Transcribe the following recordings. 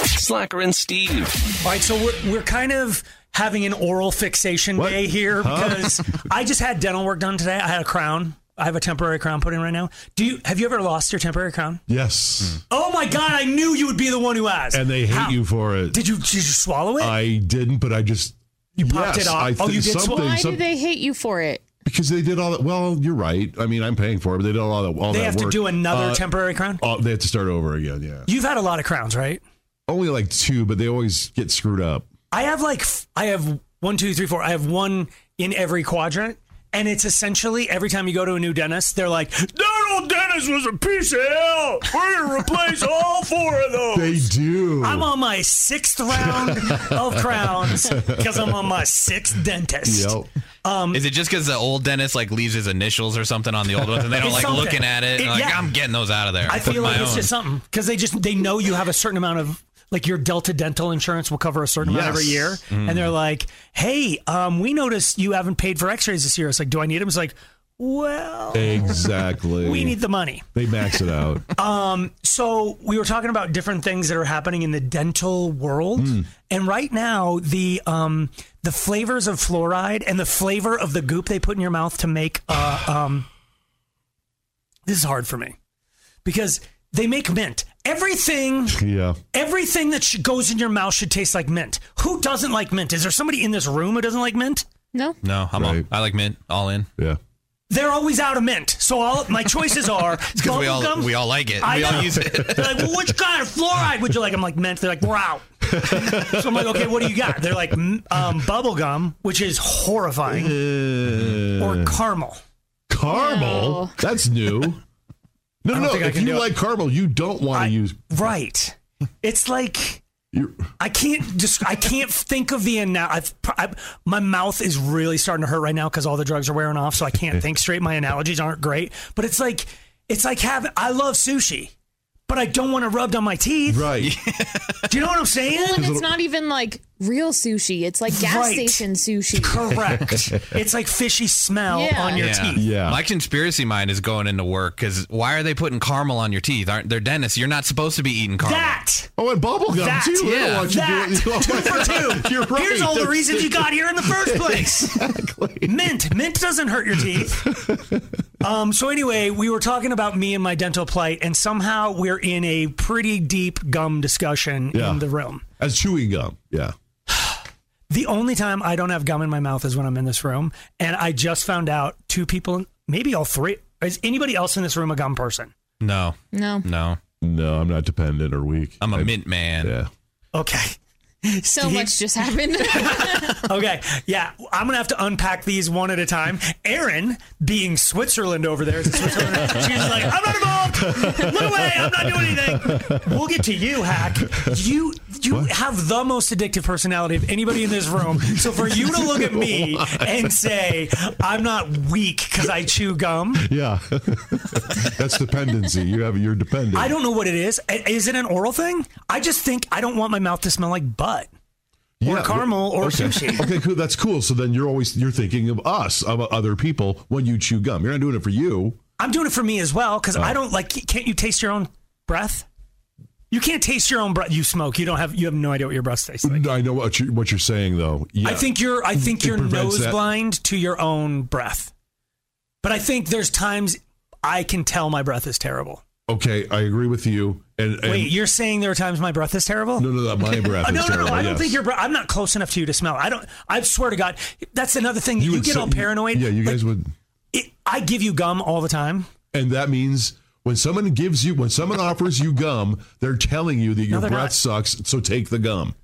Slacker and Steve. All right, so we're, we're kind of having an oral fixation What? day here Huh? because I just had dental work done today. I had a crown. I have a temporary crown put in right now. Do you have you ever lost your temporary crown? Yes. Oh my god, I knew you would be the one who asked. And they hate Hmm. How? you for it. Did you did you swallow it? I didn't, but I just you popped it off? Oh, you did swallow- something, Why some- do they hate you for it? because they did all that. Well, you're right. I mean, I'm paying for it, but they did all that. All they that have to work. do another Uh, temporary crown. oh, they have to start over again. Yeah, You've had a lot of crowns, right? only like two, but they always get screwed up. I have like f- I have one, two, three, four. I have one in every quadrant, and it's essentially every time you go to a new dentist, they're like, "Donald Dennis was a piece of hell. We're gonna replace all four of those." They do. I'm on my sixth round of crowns because I'm on my sixth dentist. Yep. Is it just because the old dentist like leaves his initials or something on the old ones and they don't It's like something. looking at it? It- like yeah. I'm getting those out of there. I feel like My it's own. just something because they just they know you have a certain amount of like your Delta Dental insurance will cover a certain amount every Yes. Mm. year, and they're like, "Hey, um, we noticed you haven't paid for X-rays this year." It's like, "Do I need them?" It's like, "Well, Exactly. we need Uh, the money." They max it out. So we were talking about different things that are happening in the dental world, Hmm. and right now the um, the flavors of fluoride and the flavor of the goop they put in your mouth to make uh, um, this is hard for me because they make mint. Everything, yeah. everything that sh- goes in your mouth should taste like mint. Who doesn't like mint? Is there somebody in this room who doesn't like mint? No. no, I'm Right. all, I like mint all in Yeah. They're always out of mint. So all my choices are because we all bubblegum- we all like it. I we know. all use it. They're like, well, which kind of fluoride would you like? I'm like, mint. They're like, we're out. so I'm like, okay, what do you got? They're like, "Mm, um, bubble gum, which is horrifying, or caramel. Caramel. No. That's new. No, no. think I If can you do it. like caramel, you don't want I- to use. Right. It's like you I can't just I can't think of the ana- I've, pr- I, my mouth is really starting to hurt right now because all the drugs are wearing off, so I can't think straight. My analogies aren't great, but it's like it's like having. I love sushi, but I don't want it rubbed on my teeth. right. Do you know what I'm saying? And it's not even like real sushi. It's like gas Right. station sushi. Correct. it's like fishy smell Yeah. on your Yeah. teeth. Yeah. My conspiracy mind is going into work because why are they putting caramel on your teeth? Aren't they're dentists? You're not supposed to be eating caramel. That. Oh, and bubble gum That, too. They don't yeah. want you That. doing- Oh, two my for God. two. You're right. Here's all the That's- reasons you got here in the first place. Exactly. Mint. Mint doesn't hurt your teeth. Um, so anyway, we were talking about me and my dental plight, and somehow we're in a pretty deep gum discussion Yeah. in the room. As chewing gum. Yeah. The only time I don't have gum in my mouth is when I'm in this room, and I just found out two people, maybe all three. Is anybody else in this room a gum person? No, No. no. No, I'm not dependent or weak. I'm a I- mint man. Yeah. Okay. So much just happened. Okay, yeah, I'm gonna have to unpack these one at a time. Erin, being Switzerland over there, is Switzerland, she's like, I'm not involved. Look away. I'm not doing anything. We'll get to you, Hack. You you have the most addictive personality of anybody in this room. So for you to look at me and say I'm not weak because I chew gum, Yeah. That's dependency. You have you're dependent. I don't know what it is. I- Is it an oral thing? I just think I don't want my mouth to smell like butt. or caramel or okay. sushi. Okay, cool. That's cool. So then you're always you're thinking of us, of other people when you chew gum. You're not doing it for you. I'm doing it for me as well because Oh. I don't like. Can't you taste your own breath? You can't taste your own breath. You smoke. You don't have. You have no idea what your breath tastes like. I know what you what you're saying though. Yeah. I think you're. I think It you're prevents nose that. blind to your own breath. But I think there's times I can tell my breath is terrible. Okay, I agree with you. And, and Wait, you're saying there are times my breath is terrible? no, no, that my breath. Uh, is no, no, terrible. no, I don't yes. think your breath. I'm not close enough to you to smell. I don't. I swear to God, that's another thing. You, would get say- all paranoid. Yeah, you Like, guys would. it, I give you gum all the time. And that means when someone gives you, when someone offers you gum, they're telling you that your they're breath not. sucks. So take the gum.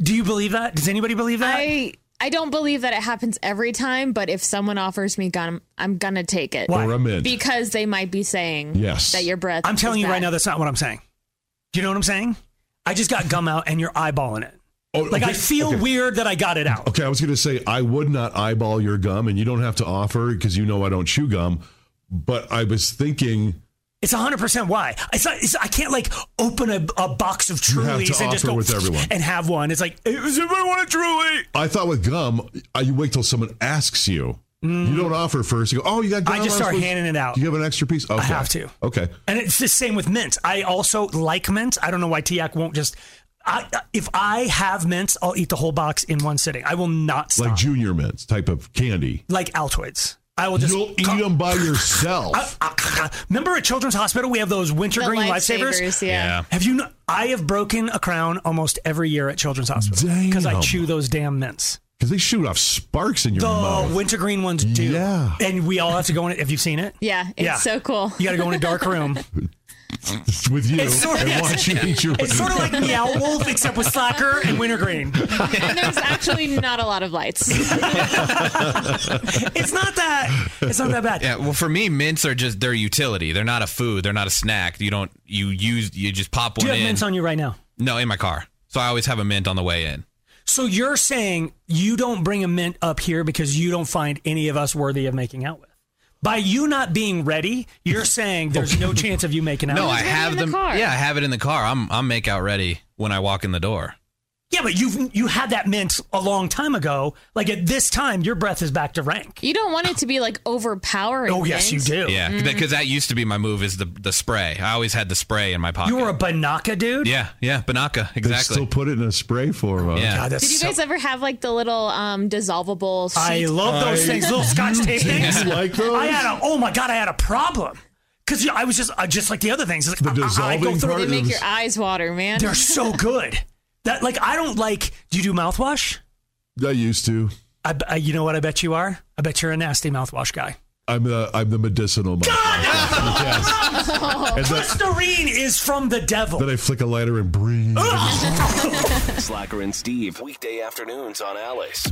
Do you believe that? Does anybody believe that? I I don't believe that it happens every time, but if someone offers me gum, I'm gonna take it. Why? Or a mint. Because they might be saying Yes. that your breath. I'm telling is you right bad. now, that's not what I'm saying. Do you know what I'm saying? I just got gum out and you're eyeballing it. Oh, Like, okay, I feel okay. weird that I got it out. Okay, I was going to say I would not eyeball your gum, and you don't have to offer because you know I don't chew gum. But I was thinking It's 100% why. It's not, it's, I can't, like, open a, a box of You have to Trulies and just offer go with everyone. and have one. It's like, does anybody want a Truly? I thought with gum, I, you wait till someone asks you. You don't offer first. You go, oh, you got gum. Mm. I just was start supposed-" handing it out. Do you have an extra piece? Okay. have to. Okay. And it's the same with mint. I also like mint. I don't know why Tiak won't just I, if I have mints, I'll eat the whole box in one sitting. I will not stop. like Like, junior mints type of candy. Altoids. I will just You'll eat cut- them by yourself. Uh, Remember at Children's Hospital, we have those wintergreen lifesavers. yeah. Yeah. Have you? kn- I have broken a crown almost every year at Children's Hospital because I Damn. chew those damn mints. Because they shoot off sparks in your The mouth. wintergreen ones do. Yeah. And we all have to go in it. Have you seen it? Yeah, it's so cool. You got to go in a dark room. with you It's sort of- and watch you eat your It's sort of like Meow Wolf, except with Slacker and Wintergreen. And there's actually not a lot of lights. It's not that. It's not that bad. Yeah, well, for me, mints are just their utility. They're not a food. They're not a snack. You don't you use you just pop Do one you have in. mints on you right now? no, in my car, so I always have a mint on the way in. So you're saying you don't bring a mint up here because you don't find any of us worthy of making out with. By you not being ready, you're saying there's no chance of you making out. No, with I us? ready have in the them. car. Yeah, I have it in the car. I'm I'm make out ready when I walk in the door. Yeah, but you've you had that mint a long time ago. Like at this time, your breath is back to rank. You don't want it to be like overpowering. Oh yes, you things. do. Yeah, because that used to be my move is the the spray. I always had the spray in my pocket. You were a banaka dude. yeah, yeah, Banaka, They exactly. still put it in a spray form. Huh? yeah. God, that's Did you so- guys ever have like the little um dissolvable? I sheet? love those I- things, little scotch tape things. You like those? I had a oh my god, I had a problem because I was just I just like the other things. Like, The I- I, I go dissolving through. part They it. of make those- your eyes water, man. They're so good that like I don't like. Do you do mouthwash? I used to. I, I- you know what? I bet you are. I bet you're a nasty mouthwash guy. I'm the I'm the medicinal. God, And then, Listerine is from the devil. then I flick a lighter and breathe. Slacker and Steve, weekday afternoons on Alice.